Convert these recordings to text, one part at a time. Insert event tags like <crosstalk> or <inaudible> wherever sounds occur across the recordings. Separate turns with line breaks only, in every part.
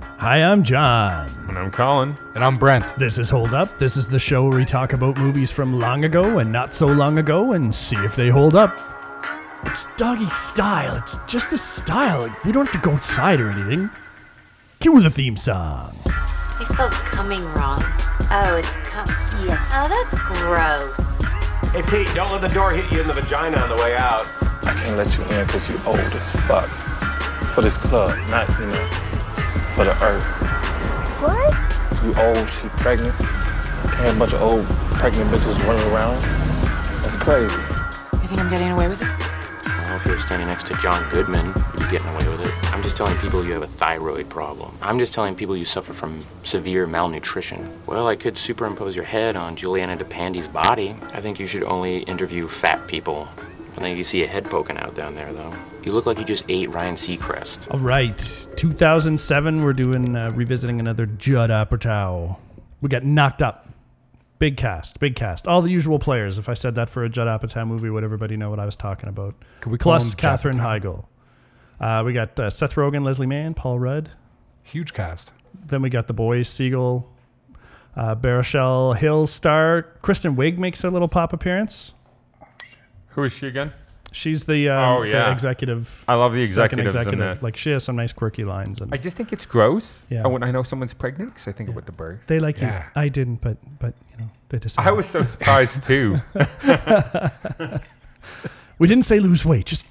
Hi, I'm John.
And I'm Colin.
And I'm Brent.
This is Hold Up. This is the show where we talk about movies from long ago and not so long ago and see if they hold up. It's doggy style. It's just the style. We don't have to go outside or anything. Cue the theme song.
He spelled coming wrong. Oh, it's com. Yeah. Oh, that's gross.
Hey Pete, don't let the door hit you in the vagina on the way out.
I can't let you in because you old as fuck. For this club, not, you know, for the earth. What? You old, she pregnant. Had a bunch of old pregnant bitches running around. That's crazy.
You think I'm getting away with it?
Well, if you were standing next to John Goodman, you'd be getting away with it. I'm just telling people you have a thyroid problem. I'm just telling people you suffer from severe malnutrition. Well, I could superimpose your head on Juliana DePandy's body. I think you should only interview fat people. I think you see a head poking out down there, though. You look like you just ate Ryan Seacrest.
All right, 2007. We're doing uh, revisiting another Judd Apatow. We got knocked up. Big cast, big cast. All the usual players. If I said that for a Judd Apatow movie, would everybody know what I was talking about?
Could we call him
Plus
Judd
Catherine Heigl. Uh, we got uh, Seth Rogen, Leslie Mann, Paul Rudd.
Huge cast.
Then we got the boys, Siegel, uh, Baruchel Hill star Kristen Wiig makes a little pop appearance.
Who is she again?
She's the, um,
Oh,
the
yeah.
executive.
I love the
second
executives in
executive.
this.
Like she has some nice quirky lines. And
I just think it's gross
Yeah.
uh, when I know someone's pregnant because I think about the birth.
They like
Yeah.
you. I didn't, but but you know they decided.
I was so surprised
<laughs>
too.
We didn't say lose weight, just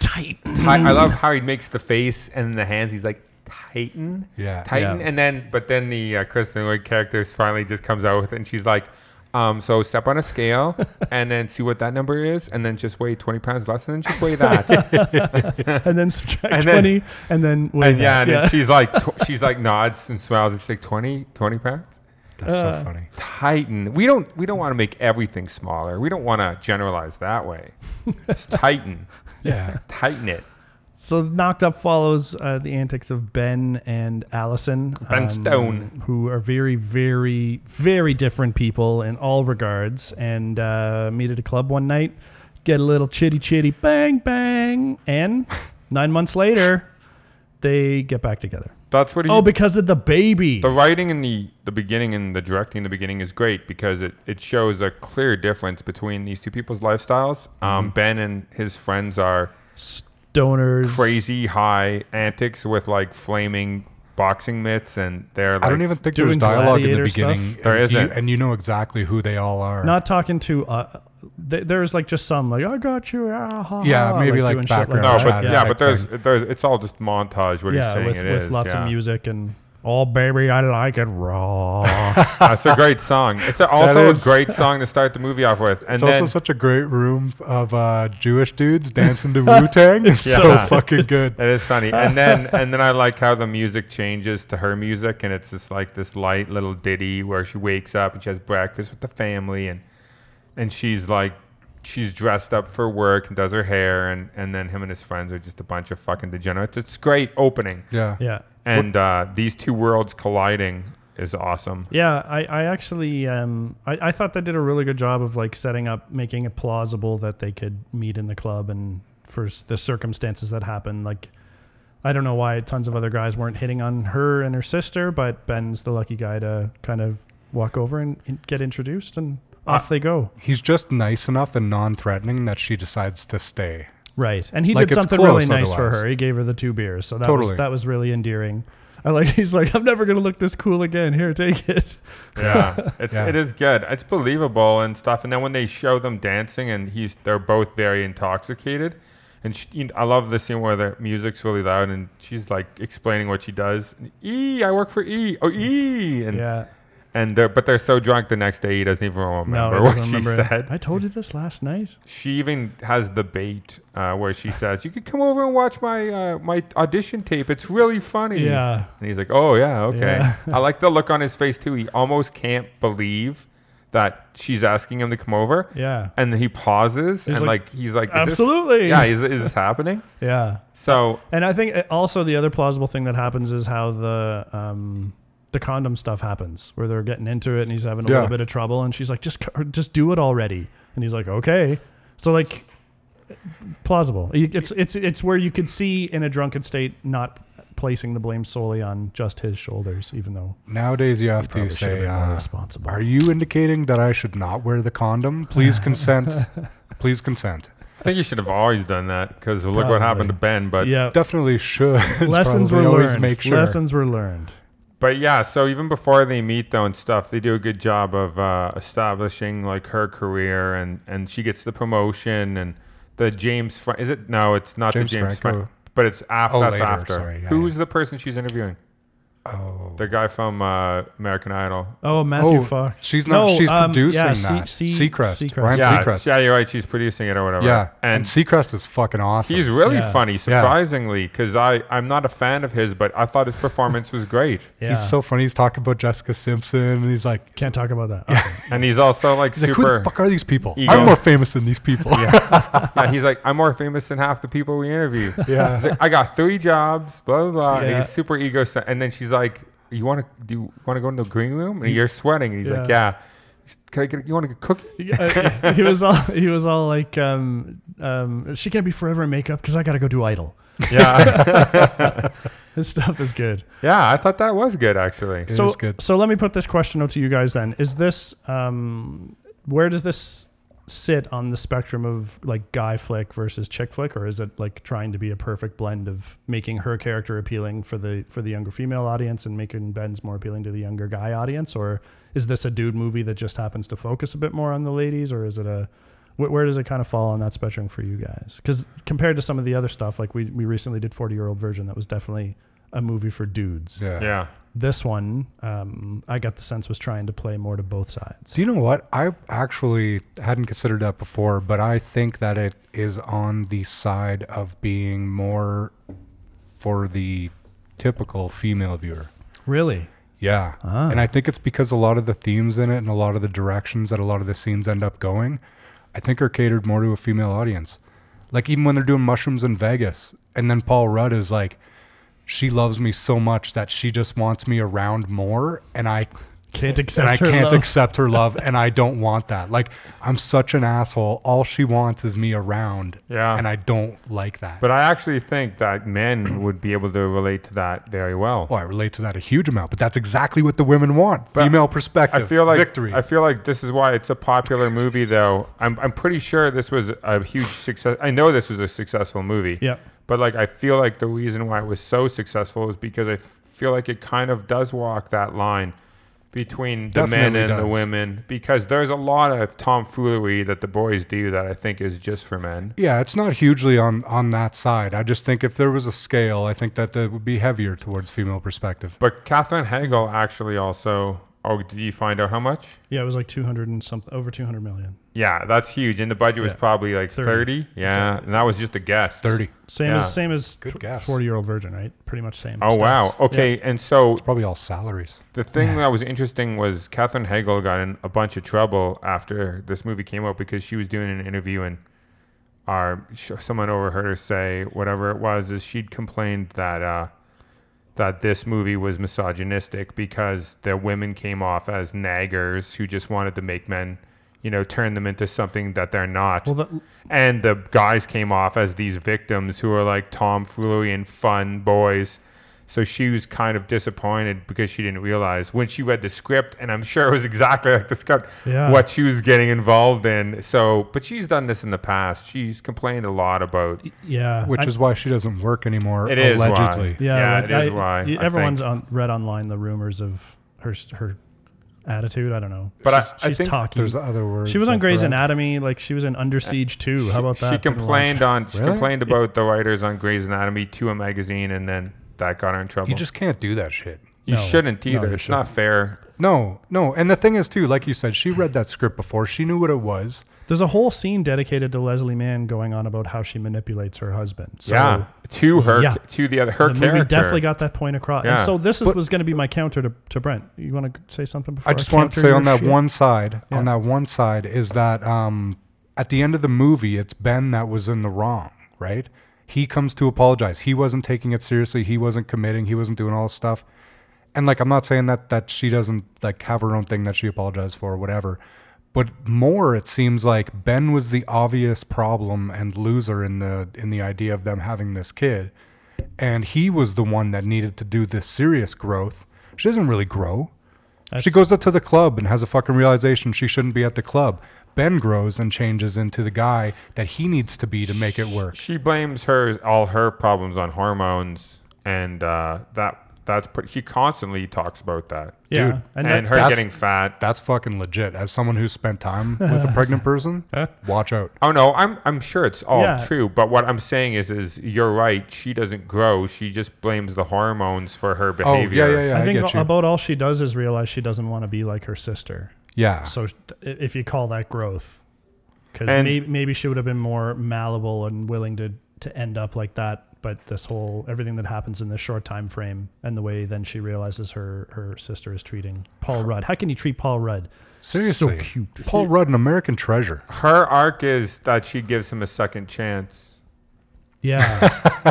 tighten. <laughs>
I, I love how he makes the face and the hands. He's like Titan,
Yeah.
Titan,
Yeah.
and then but then the uh, Kristen Wiig character finally just comes out with it, and she's like, um, "So step on a
<laughs>
scale and then see what that number is, and then just weigh twenty pounds less, and then just
<laughs>
weigh that."
and then subtract
And then-
twenty, and then wait.
and yeah, and then
<laughs>
she's like, tw- she's like nods and smiles, and she's like 20, 20 pounds.
That's so funny.
Titan. We don't we don't want to make everything smaller. We don't want to generalize that way. Just tighten,
Yeah.
tighten it.
so knocked up follows uh, the antics of Ben and Allison. um,
Ben Stone.
who are very, very, very different people in all regards, and uh, meet at a club one night, get a little chitty chitty, bang bang,
<laughs>
and nine months later, they get back together.
That's what he.
Oh, because of the baby.
the writing in the the beginning and the directing in the beginning is great because it, it shows a clear difference between these two people's lifestyles.
Mm-hmm.
Um, Ben and his friends are
Donors.
crazy high antics with like flaming boxing mitts, and they're like
I don't even think
Doing
there's dialogue in the
gladiator stuff?
beginning.
There
and you-
isn't.
and you know exactly who they all are.
not talking to uh th- there's like just some like i got you ah, ha,
Yeah,
ha,"
maybe, like,
doing shit
background
no,
that.
but
Yeah.
yeah, but there's there's it's all just montage. What he's
yeah
saying
with,
it
with
is,
lots
yeah.
of music and oh baby i like it raw
That's a great song.
<laughs>
It's a, also a
is.
great song to start the movie off with, and
It's
then
also such a great room of uh, Jewish dudes dancing to Wu Tang. It's
Yeah.
so fucking good.
It is funny, <laughs>
<laughs>
and then and then I like how the music changes to her music, and it's just like this light little ditty where she wakes up and she has breakfast with the family, and and she's like she's dressed up for work and does her hair, and and then him and his friends are just a bunch of fucking degenerates. It's great opening,
Yeah.
yeah
and uh, these two worlds colliding is awesome.
yeah i i actually um I, I thought they did a really good job of like setting up making it plausible that they could meet in the club and for s- the circumstances that happened like I don't know why tons of other guys weren't hitting on her and her sister, but Ben's the lucky guy to kind of walk over and and get introduced, and off they go.
He's just nice enough and non threatening that she decides to stay.
Right. And he did
Like, it's
something
close
really nice for
otherwise.
her. He gave her the two beers. So that was
Totally.
that was really endearing. I like <laughs> he's like, I'm never gonna look this cool again. Here, take
<laughs>
it.
Yeah, it's,
Yeah.
it is good. It's believable and stuff. And then when they show them dancing, and he's they're both very intoxicated, and she, you know, I love the scene where the music's really loud, and she's like explaining what she does. And, E, I work for E. Oh, E, and
Yeah.
and they're but they're so drunk the next day he doesn't even
No,
remember <laughs>
I
what
doesn't
she
remember. it.
said.
I told you this last night.
She even has the bait uh,
<laughs>
where she says, "You could come over and watch my uh, my audition tape. It's really funny."
Yeah.
And he's like, "Oh yeah, okay."
Yeah.
<laughs> I like the look on his face too. He almost can't believe that she's asking him to come over.
Yeah.
And he pauses and
like,
like, he's like, is this-
Absolutely.
yeah, is, is this happening?
yeah.
So
And I think uh, also the other plausible thing that happens is how the um, the condom stuff happens, where they're getting into it and he's having a
Yeah.
little bit of trouble, and she's like, just c- just do it already, and he's like, okay. So like, plausible. You- It's it's it's where you could see in a drunken state not placing the blame solely on just his shoulders, even though
<laughs> Nowadays, you have to
probably should have
say,
been more
uh,
responsible.
"Are you indicating that I should not wear the condom?
<laughs>
Please consent. Please consent."
I think you should have always done that because look what happened to Ben. But
yeah.
Definitely should. <laughs>
Lessons
Probably
were
always
learned.
Make sure.
Lessons were learned.
But yeah, so even before they meet though and stuff, they do a good job of uh, establishing like her career and and she gets the promotion and the James Fra- is it no it's not
James
the James
Franco.
Franco but it's after
Oh,
that's
later,
after
sorry, yeah,
who's the person she's interviewing
Oh.
the guy from uh, American Idol
Oh, Matthew
Oh,
Fox.
she's not.
No,
she's
um,
producing
yeah, C-
that.
C-
Seacrest.
Seacrest.
Ryan
yeah
Seacrest. Yeah,
yeah you're right she's producing it or whatever
And,
and
Seacrest is fucking awesome.
he's really
Yeah.
funny surprisingly because I I'm not a fan of his but I thought his performance was great
Yeah.
He's so funny. He's talking about Jessica Simpson, and he's like,
Can't talk about that. Okay.
and he's also like
he's like, "Who
super
the fuck are these people?
Ego.
I'm more famous than these people." Yeah, <laughs>
Yeah, he's like, I'm more famous than half the people we interview.
Yeah.
He's like, I got three jobs, blah blah blah. And
Yeah.
he's super egocentric. And then she's like, You want to do? You want to go into the green room? And you're sweating. And he's like,
Yeah.
Yeah. He's, Can I get? You want to
<laughs>
get cookie?
Uh, he was all he was all like, um, um, "She can't be forever in makeup because I got to go do Idol."
Yeah, <laughs>
This stuff is good.
yeah. I thought that was good actually.
It
so
was good.
so let me put this question out to you guys then. Is this um, where does this sit on the spectrum of like guy flick versus chick flick, or is it like trying to be a perfect blend of making her character appealing for the for the younger female audience and making Ben's more appealing to the younger guy audience, or is this a dude movie that just happens to focus a bit more on the ladies, or is it a wh- where does it kind of fall on that spectrum for you guys? Because compared to some of the other stuff, like we, we recently did 40 year old version, that was definitely a movie for dudes
<laughs> yeah.
Yeah.
this one um, i got the sense was trying to play more to both sides
Do you know what? I actually hadn't considered that before, but I think that it is on the side of being more for the typical female viewer.
really
Yeah.
Ah.
And I think it's because a lot of the themes in it and a lot of the directions that a lot of the scenes end up going, I think are catered more to a female audience. Like even when they're doing mushrooms in Vegas, and then Paul Rudd is like, she loves me so much that she just wants me around more, and I
can't
and
accept
I
her
can't
love.
accept her love,
<laughs>
and I don't want that. Like I'm such an asshole. All she wants is me around.
Yeah.
And I don't like that.
But I actually think that men would be able to relate to that very well.
oh, I relate to that a huge amount. But that's exactly what the women want.
But
Female perspective.
I feel like
victory.
I feel like this is why it's a popular movie, though. I'm I'm pretty sure this was a huge success. I know this was a successful movie.
Yep.
But like, I feel like the reason why it was so successful is because I f- feel like it kind of does walk that line between the men
Definitely
and the
does.
women because there's a lot of tomfoolery that the boys do that I think is just for men.
Yeah, it's not hugely on on that side. I just think if there was a scale, I think that that would be heavier towards female perspective.
But Catherine Hegel actually also. Oh, did you find out how much?
yeah it was like 200 and something over 200 million
Yeah, that's huge. And the budget was
Yeah.
probably like 30.
30.
Yeah. And that was just a guess.
Thirty,
same
Yeah.
as same as
Good guess.
40 year old virgin right pretty much same
Oh
stats.
wow. Okay, and so
probably all salaries.
the thing that was interesting was Katherine Hegel got in a bunch of trouble after this movie came out because she was doing an interview and our sh- someone overheard her say whatever it was is she'd complained that uh, that this movie was misogynistic because the women came off as naggers who just wanted to make men you know turn them into something that they're not
well the,
and the guys came off as these victims who are like tomfoolery and fun boys. So she was kind of disappointed because she didn't realize when she read the script, and I'm sure it was exactly like the script,
Yeah.
what she was getting involved in. So, but she's done this in the past. She's complained a lot about.
yeah
Which
I-
is why she doesn't work anymore.
It is why.
allegedly.
yeah,
yeah,
like
it is
I-
why,
y-
I
everyone's
think.
on read online the rumors of her s- her attitude i don't know
But I-
she's,
I
she's
think
talky
There's other words.
she was on
I've
Grey's
read.
Anatomy, like she was in Under Siege too. How about that?
She
Didn't watch
complained
it.
on. She
Really?
complained about the writers on Grey's Anatomy to a magazine, and then that got her in trouble.
You just can't do that shit.
you
No,
shouldn't
no, you
either. it's not fair.
No, no. And the thing is, too, like you said, she read that script before. She knew what it was.
There's a whole scene dedicated to Leslie Mann going on about how she manipulates her husband. So
yeah, to her,
Yeah.
to the other, her
the
character.
movie definitely got that point across.
Yeah.
And so this is,
But-
was going to be my counter to, to Brent. You want to say something before
I just want to
counter
say
your
on that
shit?
one side, on
Yeah.
that one side, is that um, at the end of the movie, it's Ben that was in the wrong, right? He comes to apologize. He wasn't taking it seriously. He wasn't committing. He wasn't doing all this stuff. And like, I'm not saying that that she doesn't like have her own thing that she apologized for, or whatever. But more, it seems like Ben was the obvious problem and loser in the in the idea of them having this kid, and he was the one that needed to do this serious growth. She doesn't really grow. she
That's-
goes up to the club and has a fucking realization she shouldn't be at the club. Ben grows and changes into the guy that he needs to be to make it work.
She blames her all her problems on hormones, and uh, that that's pretty, she constantly talks about that.
Yeah,
Dude,
and,
and,
that,
her
that's-
getting fat.
That's fucking legit. As someone who's spent time with a pregnant
<laughs>
person, watch out.
Oh no, I'm I'm sure it's all
Yeah.
true. But what I'm saying is, is you're right. She doesn't grow. She just blames the hormones for her
Oh yeah,
behavior.
yeah, yeah. I,
I think
get you.
about all she does is realize she doesn't want to be like her sister.
yeah,
So th- if you call that growth, because
And-
maybe, she would have been more malleable and willing to to end up like that. But this whole everything that happens in this short time frame and the way then she realizes her her sister is treating Paul Rudd. How can you treat Paul Rudd?
seriously.
so cute.
Paul Rudd, an American
<laughs>
treasure.
Her arc is that she gives him a second chance.
Yeah,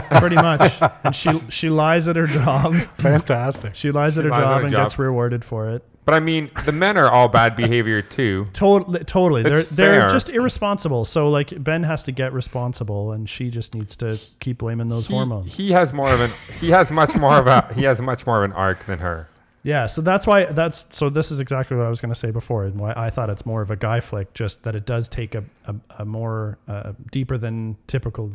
<laughs>
pretty much. And she she lies at her job.
Fantastic.
She lies at her
lies at
job
her
and
job.
gets rewarded for it.
But I mean, the men are all bad behavior too.
Totally, totally. They're
It's
they're
fair.
just irresponsible. So like Ben has to get responsible, and she just needs to keep blaming those
He-
hormones.
He has more of an he has much more of a he has much more of an arc than her.
Yeah, so that's why that's so. This is exactly what I was going to say before, and why I thought it's more of a guy flick. Just that it does take a a, a more uh, deeper than typical,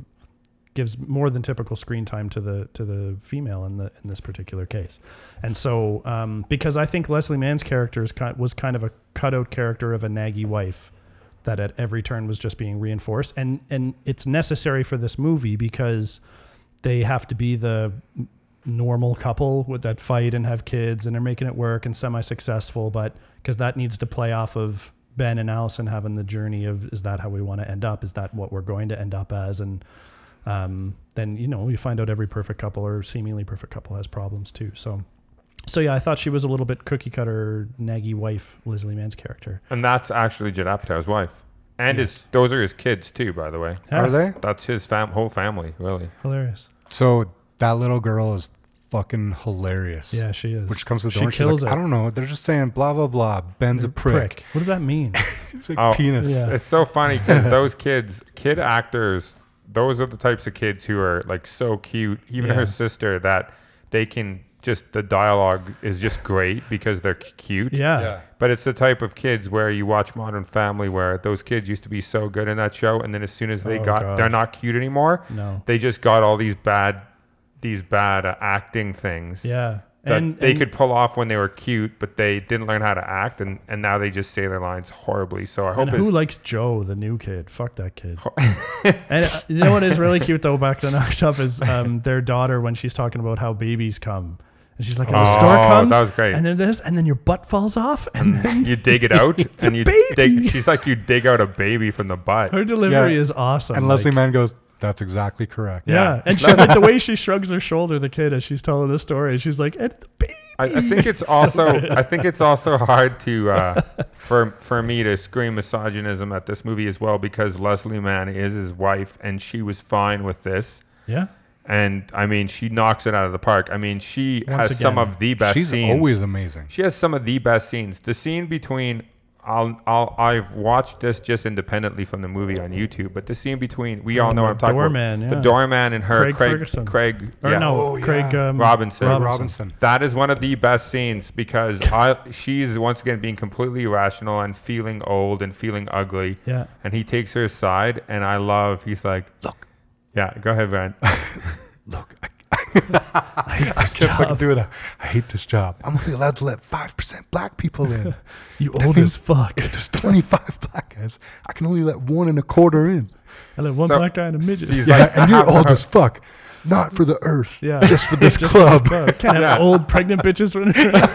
gives more than typical screen time to the to the female in the in this particular case, and so um, because I think Leslie Mann's character is kind, was kind of a cutout character of a naggy wife, that at every turn was just being reinforced, and and it's necessary for this movie because they have to be the normal couple with that fight and have kids and they're making it work and semi successful, but because that needs to play off of Ben and Allison having the journey of is that how we want to end up? Is that what we're going to end up as? And um, then you know you find out every perfect couple or seemingly perfect couple has problems too. So. So yeah, I thought she was a little bit cookie cutter, naggy wife, Leslie Mann's character.
And that's actually Judd Apatow's wife. And his those are his kids too, by the way.
Yeah,
Are they?
That's his fam- whole family, really.
hilarious?
So that little girl is fucking hilarious.
Yeah, she is.
Which comes to the
she
door, and she's
kills
like,
it.
I don't know. They're just saying blah blah blah. Ben's a prick.
What does that
<laughs>
mean?
It's like
Oh.
penis.
Yeah.
It's so
<laughs>
funny because those kids, kid actors, those are the types of kids who are like so cute. Even
Yeah.
her sister, that they can just the dialogue is just great because they're c- cute.
yeah.
But it's the type of kids where you watch Modern Family, where those kids used to be so good in that show, and then as soon as they
Oh,
got,
God.
they're not cute anymore.
No.
they just got all these bad, these bad uh, acting things.
Yeah.
That they could pull off when they were cute, but they didn't learn how to act, and, and now they just say their lines horribly. So I hope
And
his-
who <laughs> likes Joe, the new kid? Fuck that kid. <laughs> and uh, you know what is really cute though? Back to knocked up is um, their daughter when she's talking about how babies come, and she's like, and "The star
Oh,
comes,
that was great.
and then this, and then your butt falls off, and then <laughs>
you dig it out
It's a
and you
baby.
dig <laughs> she's like you dig out a baby from the butt
her delivery
Yeah.
is awesome."
And Leslie
like-
Mann goes, "That's exactly correct."
yeah. and she, like, the way she shrugs her shoulder, the kid as she's telling the story, she's like, "And the baby."
I, I
<laughs>
think it's also i think it's also hard to uh, for for me to scream misogynism at this movie as well because leslie mann is his wife and she was fine with this
Yeah,
and i mean she knocks it out of the park i mean she
Once
has some
again,
of the best
she's
scenes
always amazing.
She has some of the best scenes. The scene between I'll, I'll I've watched this just independently from the movie on YouTube, but the scene between we all know what I'm talking
doorman,
about
yeah.
the doorman and her
Craig
Craig
Ferguson.
Craig
or
yeah.
no,
Oh,
Craig
yeah.
um,
Robinson.
Robinson.
Robinson.
That is one of the best scenes because I she's once again being completely irrational and feeling old and feeling ugly.
Yeah.
And he takes her aside and I love he's like Look. Yeah, go ahead, Ryan.
Look,
<laughs>
I, I can't fucking do it. I hate this job. I'm only allowed to let five percent black people
<laughs>
in.
You old
means-
as fuck.
If there's 25 black guys, I can only let one and a quarter in.
I let one
So-
black guy and a midget.
He's
Yeah,
like, <laughs>
and you're old as fuck. Not for the earth.
Yeah.
Just for this club.
Fuck. <laughs> Can't have old pregnant bitches
<laughs>
running around.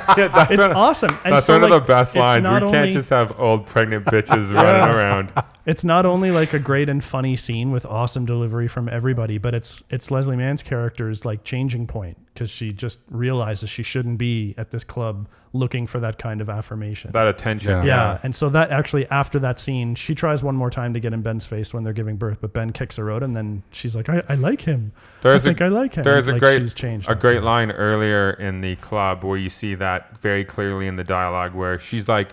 <laughs> it's
one of-
awesome. And
That's
so,
one of
like,
the best
it's
lines. We
not
can't
only-
just have old
<laughs>
pregnant bitches running around.
It's not only like a great and funny scene with awesome delivery from everybody, but it's it's Leslie Mann's character's like changing point because she just realizes she shouldn't be at this club looking for that kind of affirmation.
That attention.
Yeah.
yeah. and so that actually after that scene, she tries one more time to get in Ben's face when they're giving birth, but Ben kicks her out, and then she's like, "I, I like him. I think I like him."
There's
Like,
a great
she's changed
a
after
great
that.
line earlier in the club where you see that very clearly in the dialogue where she's like,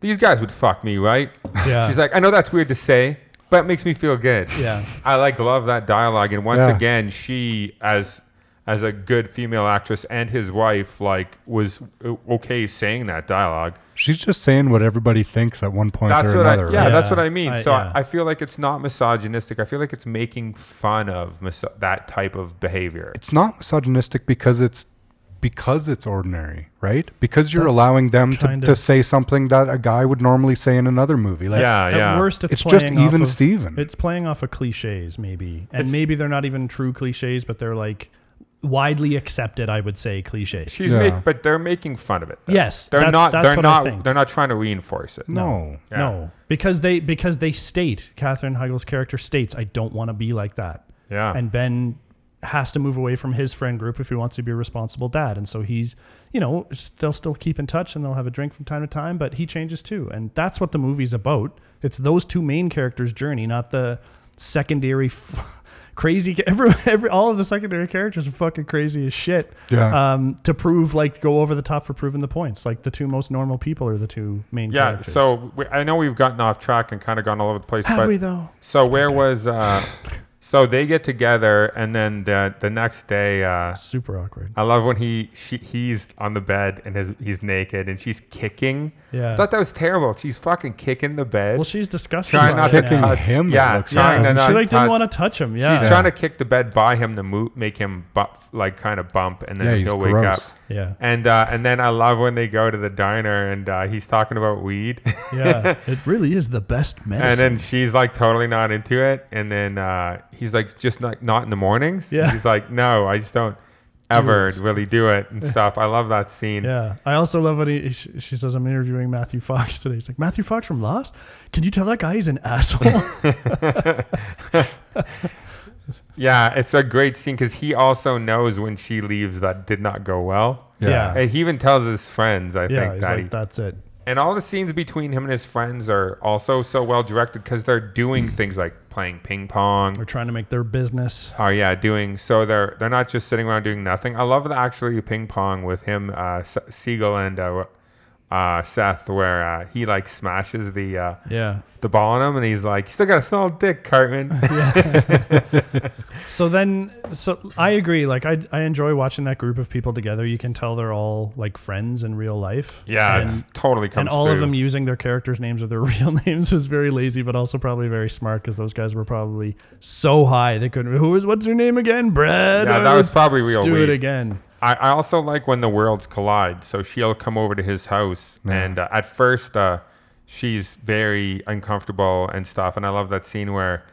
"These guys would fuck me, right?"
Yeah.
She's like, "I know that's weird to say, but it makes me feel good."
Yeah.
I like love that dialogue, and once
Yeah.
again, she as as a good female actress and his wife like was o- okay saying that dialogue.
She's just saying what everybody thinks at one point
That's
or
what I,
another.
yeah,
right?
that's what
Yeah,
I mean.
I-
so
yeah.
I, I feel like it's not misogynistic. I feel like it's making fun of mis- that type of behavior.
It's not misogynistic because it's because it's ordinary, right? Because you're
That's
allowing them to,
kind
to
of-
say something that a guy would normally say in another movie. Like,
yeah,
At
yeah.
worst, it's,
It's just
playing off
even
of-
Steven.
It's playing off of cliches, maybe, and maybe they're not even true cliches, but they're like widely accepted. I would say cliches.
She's
Yeah.
make, but they're making fun of it. though.
Yes,
they're
that's-
not.
that's
they're
what I
not.
think.
They're not trying to reinforce it.
no.
Yeah.
No, because they because they state Catherine Heigl's character states, "I don't want to be like that,"
Yeah.
and Ben has to move away from his friend group if he wants to be a responsible dad, and so he's you know s- they'll still keep in touch and they'll have a drink from time to time, but he changes too, and that's what the movie's about. It's those two main characters' journey, not the secondary. F- <laughs> Crazy, ca- every, every all of the secondary characters are fucking crazy as shit.
Yeah.
Um, to prove like go over the top for proving the points. Like the two most normal people are the two main
yeah.
characters.
So we, I know we've gotten off track and kind of gone all over the place.
have
but
we though?
So where was? Uh, so they get together, and then the the next day. Uh,
Super awkward.
I love when he she, he's on the bed and his, he's naked and she's kicking.
Yeah.
I thought that was terrible. She's fucking kicking the bed.
Well, she's disgusting.
trying
about
not
it
to
kicking
now.
touch
him, it
Yeah,
looks
trying
Yeah,
to
she
not
like didn't
touch-
want to touch him. Yeah,
She's trying to kick the bed by him to mo- make him bu- like kind of bump, and then
Yeah, he's
he'll wake up.
gross.
yeah,
And uh, and then I love when they go to the diner and uh, he's talking about weed, <laughs>
yeah. <laughs> It really is the best
and
medicine.
then she's like totally not into it, and then uh, he's like just not not in the mornings.
Yeah.
he's like, no, I just don't ever
it.
really do it
<laughs>
and stuff. I love that scene.
yeah, I also love what he. She, she says, "I'm interviewing Matthew Fox today." He's like, "Matthew Fox from Lost? Can you tell that guy he's an
<laughs>
asshole?" <laughs>
Yeah, it's a great scene because he also knows when she leaves that did not go well.
Yeah.
And he even tells his friends, I
yeah,
think,
he's
that, he,
like, "That's it."
And all the scenes between him and his friends are also so well directed because they're doing things like playing ping
They're
pong.
trying to make their business.
Oh yeah, doing so they're they're not just sitting around doing nothing. I love the actually ping pong with him, uh, S- Siegel and uh, uh, Seth, where uh, he like smashes the uh,
Yeah.
the ball on him, and he's like, "You "Still got a small
<laughs>
dick, Cartman."
So then, so I agree. Like, I I enjoy watching that group of people together. You can tell they're all like friends in real life.
yeah,
And-
it's totally comes
and all of
through.
them using their characters' names or their <laughs> real names was very lazy, but also probably very smart because those guys were probably so high they couldn't. Who was what's your name again? Brad.
Yeah, that
Uh,
was probably real
Let's do
weed.
it again.
I, I also like when the worlds collide. So she'll come over to his house, and uh, at first, uh, she's very uncomfortable and stuff. And I love that scene where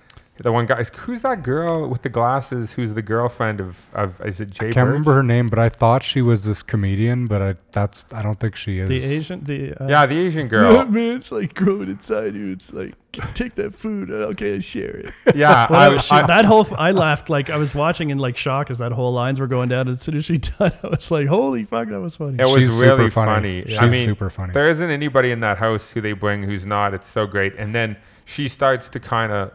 the one guy is, who's that girl with the glasses? Who's the girlfriend of, of is it Jay?
Can't
Birch?
remember her name, but I thought she was this comedian, but I that's I don't think she is.
The Asian, the uh,
Yeah, the
<laughs>
Asian girl.
man, it's like growing inside you. It's like take that food. Okay, share it.
<laughs> yeah,
Well,
I,
she-
I-
that whole f- I laughed like I was watching in like shock as that whole lines were going down. As soon as she <laughs> done, I was like, "Holy fuck, that was funny!"
it was
She's super
really
funny.
funny.
She's
I mean,
super funny.
There isn't anybody in that house who they bring who's not. It's so great. And then she starts to kind of.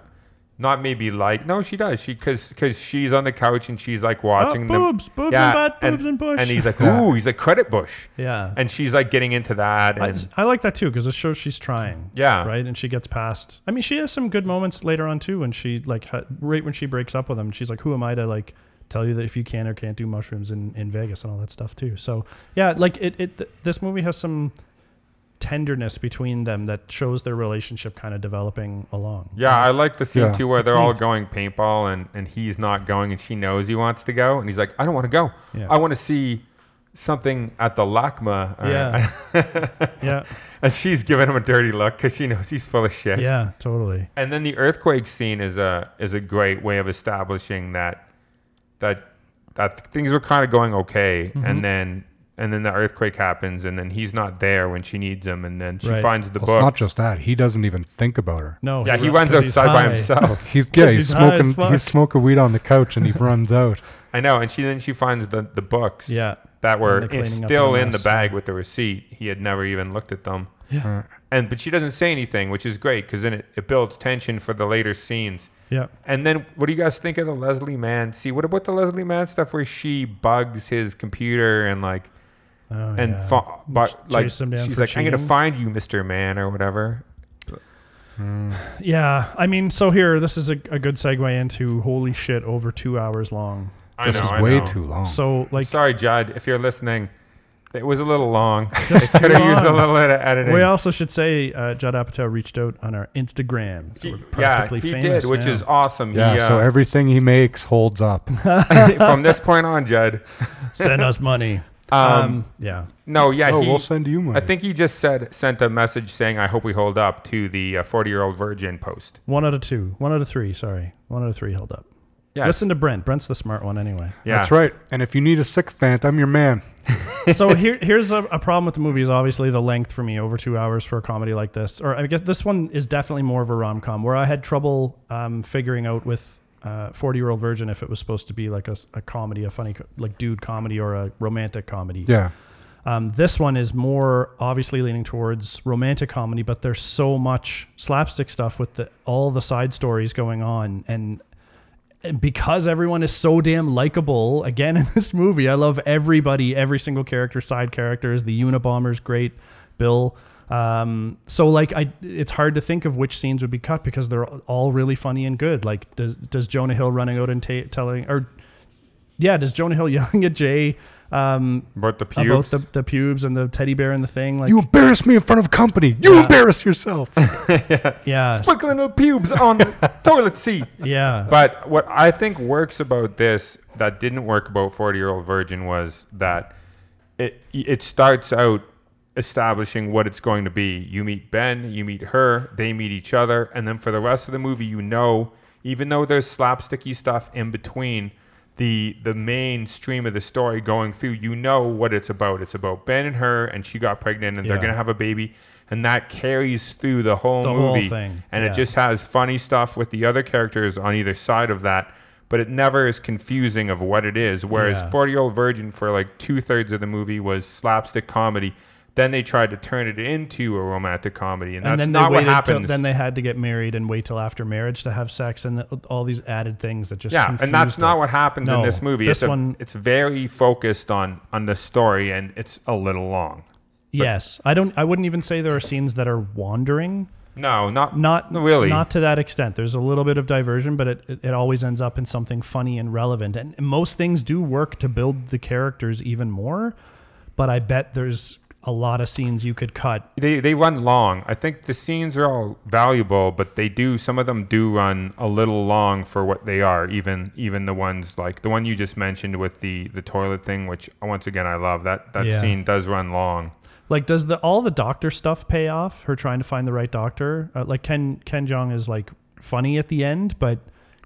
Not maybe like no, she does. She because because she's on the couch and she's like watching them.
Ah, Oh, boobs, boobs and butt, boobs and bush.
And
<laughs>
he's like, ooh, he's like credit bush.
Yeah.
And she's like getting into that.
I,
And
I like that too because it shows she's trying.
Yeah.
Right, and she gets past. I mean, she has some good moments later on too when she like ha, right when she breaks up with him, she's like, "Who am I to like tell you that if you can or can't do mushrooms in in Vegas and all that stuff too?" So yeah, like it it th- this movie has some tenderness between them that shows their relationship kind of developing along.
yeah, I like the scene
Yeah.
too where
It's
they're all
neat.
going paintball and, and he's not going and she knows he wants to go. And he's like, I don't want to go.
Yeah.
I want to see something at the LACMA. or-
Yeah. Yeah.
<laughs> and she's giving him a dirty look because she knows he's full of shit.
Yeah, totally.
And then the earthquake scene is a is a great way of establishing that that that things were kind of going okay,
Mm-hmm.
and then and then the earthquake happens, and then he's not there when she needs him, and then she
Right.
finds the
Well,
book.
it's not just that. He doesn't even think about her.
No.
yeah, he
ru-
runs
'cause he's
outside by
high. <laughs>
himself.
He's yeah,
Because
he's,
he's high as
smoking he's
fuck.
smoking weed on the
<laughs>
couch and he runs out.
I know, and she then she finds the the books.
Yeah.
That were
And the
in-
cleaning up
still
the
in the
mess,
bag with the receipt. He had never even looked at them.
Yeah.
And but she doesn't say anything, which is great because then it, it builds tension for the later scenes.
Yeah.
And then, what do you guys think of the Leslie Mann? See, what about the Leslie Mann stuff where she bugs his computer and like
Oh,
and
yeah.
fa- but
Ch-
like
chase
she's
him down
like,
for
I'm gonna
cheating."
find you, Mister Man, or whatever.
Yeah, I mean, so here, this is a, a good segue into holy shit, over two hours long.
I
This
know,
is
I
way
know.
too long.
So like
Sorry, Judd, if you're listening, it was a little long. <laughs>
Just
I could have
too
used a
long.
little bit of editing.
we also should say uh, Judd Apatow reached out on our Instagram. So
He-
we're
yeah,
practically
he
famous
did, which
now.
is awesome.
yeah,
He,
so
uh,
everything he makes
<laughs>
holds up.
from this point on, Judd.
<laughs> send us money.
<laughs> Um,
yeah.
no, yeah,
oh,
he,
we'll send you money.
I think he just said sent a message saying, "I hope we hold up" to the uh, forty-year-old virgin post.
One out of two. One out of three. Sorry. One out of three held up.
Yeah,
Listen to Brent. Brent's the smart one anyway.
yeah,
That's right. And if you need a sycophant, I'm your man.
so here, here's a, a problem with the movie is obviously the length for me over two hours for a comedy like this or i guess this one is definitely more of a rom-com where i had trouble um, figuring out with uh, 40 year old virgin if it was supposed to be like a, s- a comedy a funny co- like dude comedy or a romantic comedy
Yeah.
um, this one is more obviously leaning towards romantic comedy, but there's so much slapstick stuff with the, all the side stories going on, and, and because everyone is so damn likable. Again, <laughs> in this movie, I love everybody, every single character, side characters. The Unabomber's great, Bill. Um, so like, I it's hard to think of which scenes would be cut because they're all really funny and good. Like, does does Jonah Hill running out and ta telling or yeah, does Jonah Hill <laughs> yelling at Jay? Um,
about the
about
pubes.
the, the pubes and the teddy bear and the thing. Like,
You embarrass me in front of company. You embarrass yourself.
yeah,
Sprinkling the pubes
<laughs>
on the toilet seat.
yeah,
But what I think works about this that didn't work about 40 year old virgin was that it it starts out establishing what it's going to be. You meet Ben, you meet her, they meet each other, and then for the rest of the movie you know, even though there's slapsticky stuff in between the the main stream of the story going through, you know what it's about. It's about Ben and her and she got pregnant and they're
Yeah.
gonna have a baby. And that carries through the whole
The whole
movie.
thing,
And
yeah.
it just has funny stuff with the other characters on either side of that, but it never is confusing of what it is. Whereas
Yeah.
40 Year Old Virgin, for like two thirds of the movie, was slapstick comedy. Then they tried to turn it into a romantic comedy, and,
and
that's
then they
not what
waited till,
happens.
then they had to get married and wait till after marriage to have sex and th- all these added things that just
yeah, and that's
confused
not
it.
what happens
No,
in this movie.
This
it's, a-
one,
it's very focused on on the story, and it's a little long.
yes, I don't, I wouldn't even say there are scenes that are wandering.
No, not
Not
really.
not to that extent. There's a little bit of diversion, but it, it, it always ends up in something funny and relevant. And most things do work to build the characters even more. But I bet there's a lot of scenes you could cut
they they run long. I think the scenes are all valuable, but they do some of them do run a little long for what they are. Even even the ones like the one you just mentioned with the the toilet thing, which once again I love that that
Yeah.
scene does run long.
Like, does the all the doctor stuff pay off? Her trying to find the right doctor. Uh, like Ken Ken Jong is like funny at the end, but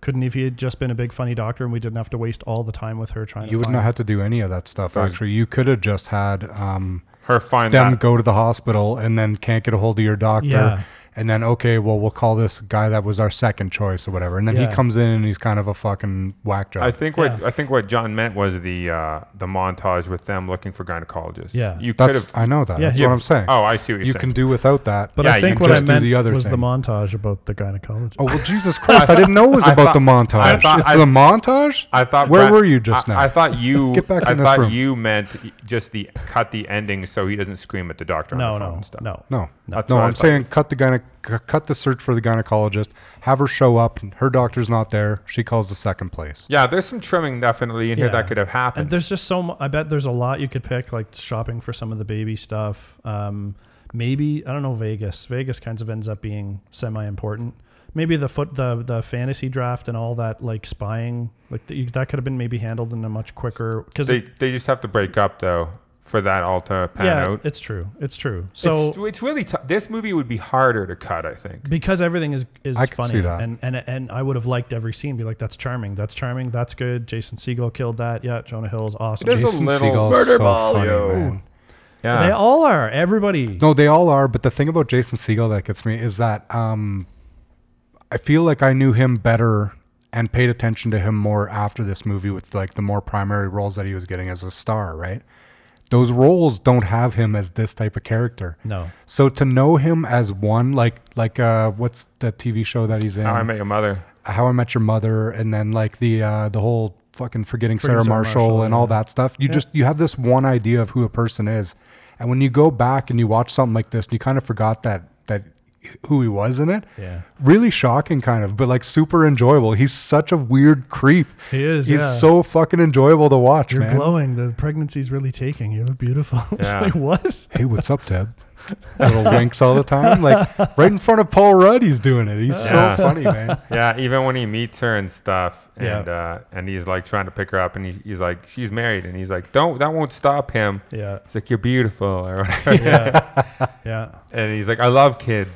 couldn't if he had just been a big funny doctor and we didn't have to waste all the time with her trying
You
to.
would
find
not have to do any of that stuff, actually. You could have just had um,
Her find
them
that
go to the hospital and then can't get a hold of your doctor.
Yeah.
And then, okay, well, we'll call this guy that was our second choice or whatever. And then
Yeah.
he comes in and he's kind of a fucking whack job.
I think what I think what John meant was the uh, the montage with them looking for gynecologists.
Yeah.
you could have.
That's, I know that.
Yeah,
That's
you-
what I'm saying.
Oh, I see what you're
you
saying.
can do without that.
But
<laughs> Yeah,
I
you
think
can
what I
just do
meant
the other
was the
thing.
montage about the gynecologist.
Oh well, Jesus Christ! I didn't know it was
I
about
thought-
the montage.
I thought-
it's
I-
the montage.
I thought.
Where
Brent-
were you just
I-
now?
I
<laughs>
thought you.
Get back
I
in this
thought
room.
you meant just the cut the ending so he doesn't scream at the doctor.
no,
on the phone
no,
and stuff.
no,
no,
That's
no.
what I
I'm
thought.
saying cut the gyne- c- cut the search for the gynecologist. Have her show up. Her doctor's not there. She calls the second place.
Yeah, there's some trimming definitely in here
Yeah.
that could have
And
happened.
there's just so mu I bet there's a lot you could pick, like shopping for some of the baby stuff. Um, maybe I don't know Vegas. Vegas kinds of ends up being semi-important. Maybe the foot, the the fantasy draft, and all that like spying, like that you that could have been maybe handled in a much quicker because
they they just have to break up though for that all to pan
yeah,
out.
it's true, it's true. So
It's, it's really t- this movie would be harder to cut, I think.
because everything is is
I can
funny
see that.
and and and I would have liked every scene. Be like, that's charming, that's charming, that's good. Jason Segel killed that. Yeah, Jonah Hill is awesome.
It is a little
Segel's
murder
so funny, man.
Yeah,
they all are everybody.
No, they all are. But the thing about Jason Segel that gets me is that um, I feel like I knew him better and paid attention to him more after this movie with like the more primary roles that he was getting as a star. Right? Those roles don't have him as this type of character.
No.
So to know him as one, like like uh, what's the TV show that he's in?
How I Met
<laughs>
Your Mother.
How I Met Your Mother, and then like the uh, the whole fucking forgetting, Sarah,
Sarah
Marshall,
Marshall,
and all that stuff. You just you have this one idea of who a person is, and when you go back and you watch something like this, and you kind of forgot that that who he was in it.
Yeah.
Really shocking, kind of, but like super enjoyable. He's such a weird creep.
He is,
He's
yeah.
so fucking enjoyable to watch,
You're
man.
glowing. The pregnancy's really taking. You look beautiful. <laughs> it's
Yeah.
like what?
hey, what's
<laughs>
up, Deb? Little winks all the time, like right in front of Paul Rudd. He's doing it. He's
Yeah.
so funny, man.
yeah, even when he meets her and stuff,
Yeah.
and uh, and he's like trying to pick her up, and he, he's like, she's married, and he's like, don't, that won't stop him.
Yeah.
It's like you're beautiful, or whatever.
<laughs> Yeah.
and he's like, I love kids.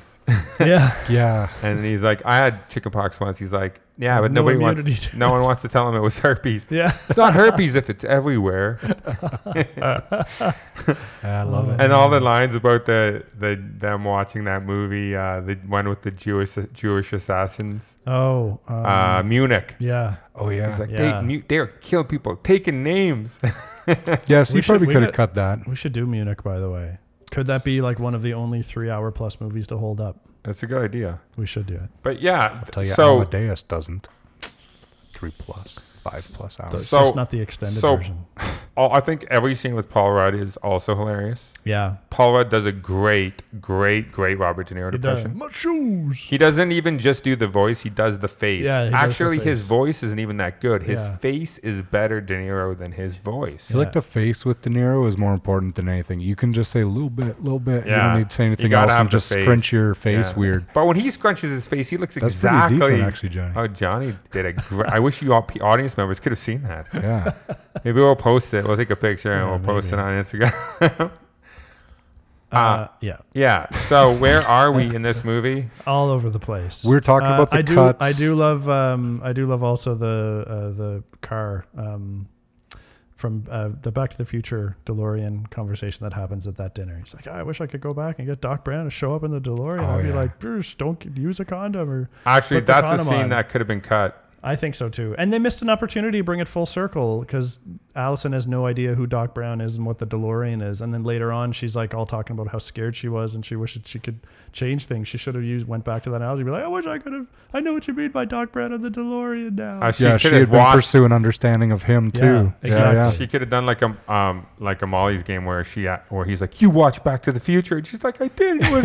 Yeah.
Yeah,
And he's like, I had chickenpox once. He's like, yeah, but
No
nobody
immunity
wants,
to
no
it.
one wants to tell him it
<laughs>
was herpes.
Yeah.
It's not herpes if it's everywhere.
yeah I love it.
And all the lines about the, the them watching that movie, uh, the one with the Jewish Jewish assassins,
Oh. Um,
uh, Munich.
yeah.
Oh yeah.
He's like,
Yeah.
they mu- they're killing people, taking names. <laughs>
yes,
We
you
should-
probably
we
could have
got-
cut that.
We should do Munich, by the way. Could that be like one of the only three-hour plus movies to hold up?
That's a good idea.
We should do it.
But yeah,
Tell you,
so
Amadeus doesn't. Three plus, five plus hours.
It's
So-
just not the extended
so-
version.
all, I think every scene with Paul Rudd is also hilarious.
Yeah.
Paul Rudd does a great, great, great Robert De Niro
It does.
depression.
My shoes.
He doesn't even just do the voice; he does the face.
Yeah, he does the
actually, his
face.
voice isn't even that good. His
Yeah.
face is better De Niro than his voice.
I feel like the face with De Niro is more important than anything. You can just say a little bit, little bit. You
Yeah.
don't need to say
You
anything
gotta
else
have
and
the
just
face.
scrunch your face
Yeah. <laughs>
weird.
But when he scrunches his face, he looks
That's pretty
exactly.
decent, actually, Johnny.
Oh, Johnny did a great. I wish you all p- audience members could have seen that.
Yeah.
Maybe we'll post it. We'll take a picture and we'll post it
maybe.
on Instagram. <laughs>
Uh, yeah.
yeah. So where are we in this movie?
All over the place.
We're talking
Uh,
about the
I do,
cuts.
I do love. Um, I do love also the uh, the car um, from uh, the Back to the Future DeLorean conversation that happens at that dinner. He's like, "Ah, I wish I could go back and get Doc Brown to show up in the DeLorean.
Oh,
I'd be
yeah.
like, Bruce, don't g- use a condom or.
Actually,
put the
that's a
condom
scene
on."
that could have been cut.
I think so too. And they missed an opportunity to bring it full circle because Allison has no idea who Doc Brown is and what the DeLorean is. And then later on, she's like all talking about how scared she was and she wishes she could change things. She should have used went back to that analogy. Be like, I wish I could have. I know what you mean by Doc Brown and the DeLorean now.
Uh, she
yeah,
could
she had
have
been
watched.
pursuing understanding of him too.
exactly.
She could have done like a um like a Molly's game where she at, where he's like, "You watch Back to the Future," and she's like, "I did. It was
<laughs>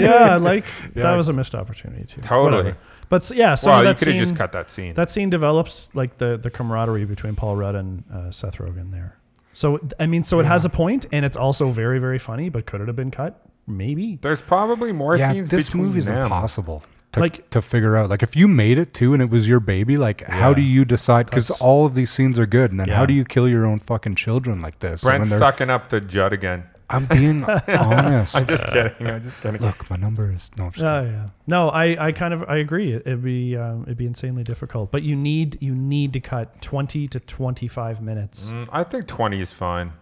<laughs>
<laughs>
yeah, like that
Yeah.
was a missed opportunity too.
Totally.
Whatever. But s- yeah, so
Well, you
that
could have just
scene-
cut that scene.
that scene develops like the the camaraderie between Paul Rudd and uh, Seth Rogen there. So I mean, so it has a point, and it's also very very funny. But could it have been cut? Maybe.
There's probably more
Yeah,
scenes
this
between
movie's
them.
impossible to,
Like-
to figure out. Like, if you made it too and it was your baby, like, how
Yeah.
do you decide? Because
That's-
all of these scenes are good, and then
Yeah.
how do you kill your own fucking children like this? And
Brent's
when they're-
sucking up to
<laughs>
Judd again. <laughs>
I'm being honest.
I'm just kidding. I'm just kidding.
Look, my number is no. I'm just
Oh
kidding.
yeah. No, I, I kind of I agree. It, would be um, it'd be insanely difficult, but you need you need to cut twenty to twenty five minutes.
Mm, I think 20 is fine.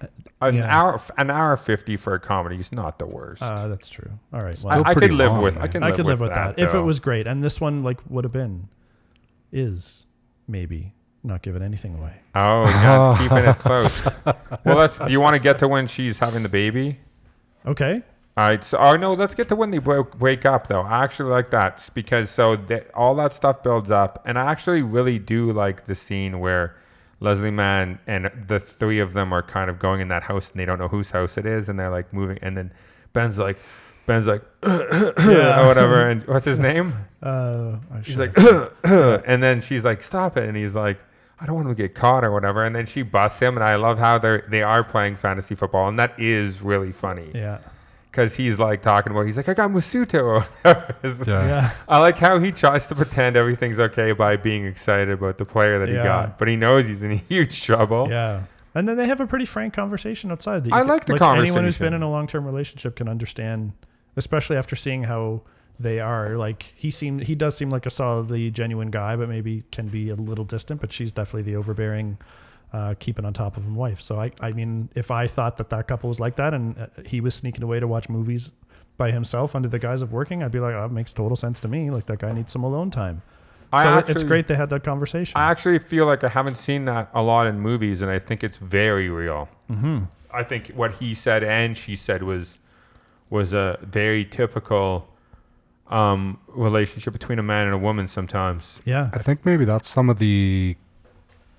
An
Uh, yeah.
hour, an hour 50 for a comedy is not the worst.
Uh, that's true. All right.
I,
Well,
I could
pretty
live
long,
with. I
man.
can.
I
Live
could live with that, if it
though.
was great. And this one like would have been, is maybe not giving anything away.
Oh, yeah, it's keeping
<laughs>
it close. well, that's. Do you want to get to when she's having the baby? <laughs>
Okay.
All right. So, oh no, let's get to when they broke, wake up though. I actually like that s- because so that all that stuff builds up, and I actually really do like the scene where Leslie Mann and the three of them are kind of going in that house, and they don't know whose house it is, and they're like moving, and then Ben's like, Ben's like,
<laughs>
or whatever, and what's his name?
Uh, I
She's
should-
like, <clears throat> "Uh," and then she's like, stop it, and he's like. I don't want him to get caught or whatever, and then she busts him, and I love how they are they are playing fantasy football, and that is really funny
yeah,
because he's like talking about he's like I got Masuto <laughs> or whatever. It's-
yeah.
I like how he tries to pretend everything's okay by being excited about the player that
Yeah.
he got, but he knows he's in <laughs> huge trouble.
Yeah. And then they have a pretty frank conversation outside. That you
I
can-
like the
Anyone who's been
conversation.
in a long-term relationship can understand, especially after seeing how they are. Like he seemed, he does seem like a solidly genuine guy, but maybe can be a little distant. But she's definitely the overbearing, uh, keeping on top of him wife. So I, I mean, if I thought that that couple was like that, and uh, he was sneaking away to watch movies by himself under the guise of working, I'd be like, oh, that makes total sense to me. Like that guy needs some alone time.
I
so it's
actually-
great they had that conversation.
I actually feel like I haven't seen that a lot in movies, and I think it's very real. Mm-hmm. I think what he said and she said was was a very typical um, relationship between a man and a woman sometimes.
yeah.
I think maybe that's some of the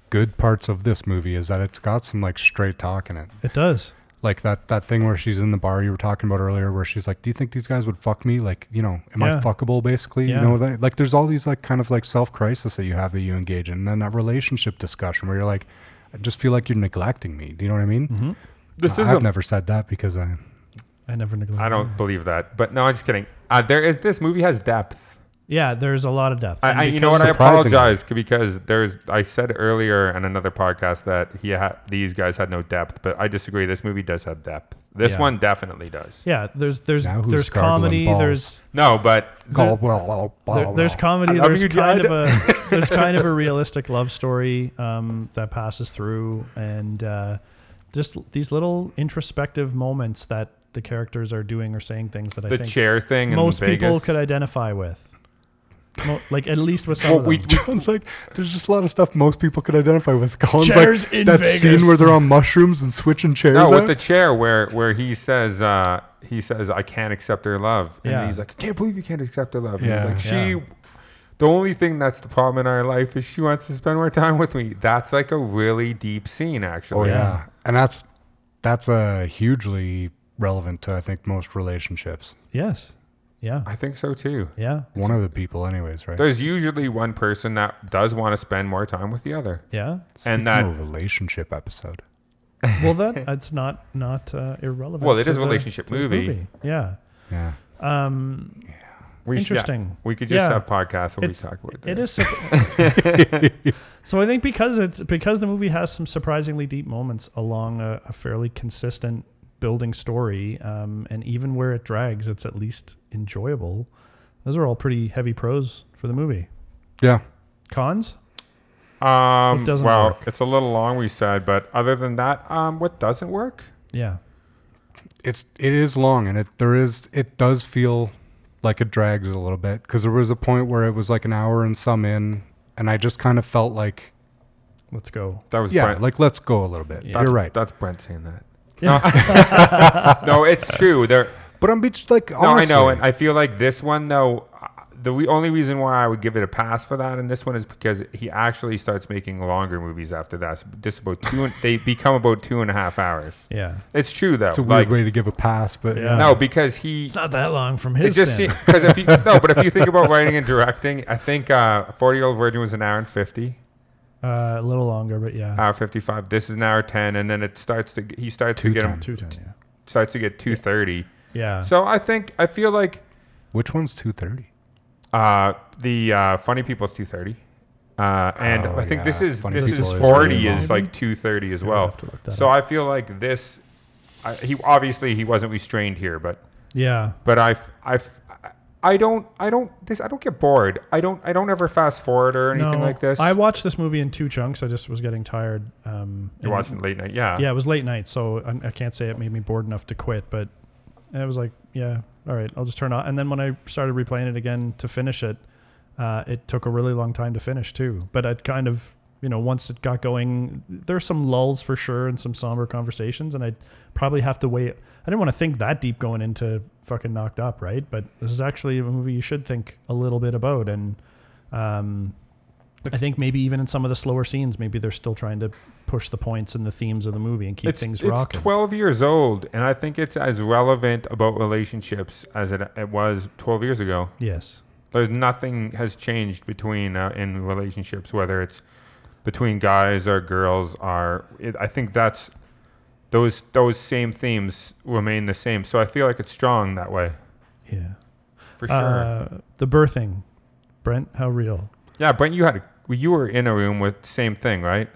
good parts of this movie is that it's got some like straight talk in it.
It does.
Like that that thing where she's in the bar you were talking about earlier, where she's like, "Do you think these guys would fuck me? Like, you know, am
Yeah.
I fuckable?" Basically,
Yeah.
you know, like, like there's all these like kind of like self crisis that you have that you engage in, and then that relationship discussion where you're like, "I just feel like you're neglecting me." Do you know what I mean?
Mm-hmm.
This is
I've
a
never said that because I
I never neglect.
I don't believe that. But no, I'm just kidding. Uh, there is this movie has depth.
Yeah, there's a lot of depth.
I, I, you know what? I
Surprisingly.
apologize c- because there's. I said earlier in another podcast that he ha- these guys had no depth, but I disagree. This movie does have depth. This
Yeah.
one definitely does.
yeah, there's there's
Now who's
there's
gargling
comedy.
balls?
There's
No, but
Well, well, well,
there,
well,
there's
well.
comedy.
I love
There's
you,
kind of
Judd.
a
<laughs>
there's kind of a realistic love story um, that passes through, and uh, just l- these little introspective moments that the characters are doing or saying things that I
the
think
chair thing.
most
in Vegas,
people could identify with. Mo- like at least
<laughs>
with some
Well,
of
we-
them.
John's like, there's just a lot of stuff most people could identify with. <laughs> Colin's
Chairs
like,
in
that
Vegas.
scene where they're on mushrooms and switching chairs.
No, with
out.
the chair where where he says uh, he says I can't accept her love, and
Yeah.
he's like I can't believe you can't accept her love. And
Yeah.
he's like she.
Yeah.
The only thing that's the problem in our life is she wants to spend more time with me. That's like a really deep scene,
oh
actually.
yeah. and that's that's uh, hugely relevant to I think most relationships.
yes, yeah,
I think so too.
yeah,
One of the people, anyways, right?
There's usually one person that does want to spend more time with the other,
yeah.
and
Speaking
that
of a relationship episode.
Well, that that's not not uh, irrelevant.
Well, it
to
is a
the-
relationship
to this
movie.
Yeah.
Yeah,
Um,
we should- yeah,
Interesting.
we could just
Yeah.
have podcasts where
It's-
we talk about
it
this.
is. <laughs> so I think because it's because the movie has some surprisingly deep moments along a, a fairly consistent building story, um, and even where it drags, it's at least enjoyable. Those are all pretty heavy pros for the movie.
yeah.
Cons?
<laughs> Um,
It doesn't
well,
work.
it's a little long, we said, but other than that, um, what doesn't work?
Yeah.
It's it is long, and it there is it does feel like it drags a little bit because there was a point where it was like an hour and some in, and I just kind of felt like
Let's go.
That was
yeah,
Brent.
like let's go a little bit.
Yeah.
You're right.
That's Brent saying
<laughs>
that. <laughs> No, no, it's true. There.
But I'm beach like
No,
honestly,
I know, and I feel like this one though. uh, The re- only reason why I would give it a pass for that, and this one is because he actually starts making longer movies after that. So just about two, and, they become about two and a half hours.
<laughs> Yeah.
It's true though.
it's a weird
like,
way to give a pass, but yeah.
No, because he.
It's not that long from
it
his
just
standpoint.
because if you no, but if you think
<laughs>
about writing and directing, I think uh, Forty Year Old Virgin was an hour and fifty,
Uh, a little longer, but yeah.
hour fifty five. This is an hour ten, and then it starts to g- he starts
Two
to get him
times.
Two ten, yeah.
starts to get two thirty.
Yeah.
So I think I feel like
Which one's two thirty?
Uh, the uh, funny people's two thirty, uh, and
Oh,
I think this
yeah.
is
Funny
this
People
is
is
forty
really
is
long.
like two thirty as
I'll
well.
have to look that
So I feel like this. I, he obviously he wasn't restrained here, but
yeah.
but I f- I f- I don't I don't this I don't get bored. I don't I don't ever fast forward or anything
No,
like this.
I watched this movie in two chunks. I just was getting tired. Um,
You're
and-
watching late night, yeah.
Yeah, it was late night, so I, I can't say it made me bored enough to quit, but I was like, yeah, all right, I'll just turn off. And then when I started replaying it again to finish it, uh, it took a really long time to finish too. But I'd kind of, you know, once it got going, there's some lulls for sure and some somber conversations, and I'd probably have to wait. I didn't want to think that deep going into fucking Knocked Up, right? But this is actually a movie you should think a little bit about, and um, I think maybe even in some of the slower scenes, maybe they're still trying to push the points and the themes of the movie and keep
It's,
things
it's
rocking.
12 years old, and I think it's as relevant about relationships as it, it was 12 years ago.
yes.
there's nothing has changed between uh, in relationships whether it's between guys or girls are it, i think that's those those same themes remain the same so i feel like it's strong that way
Yeah.
for sure
Uh, the birthing, Brent, how real?
yeah brent you had a, well, you were in a room with same thing right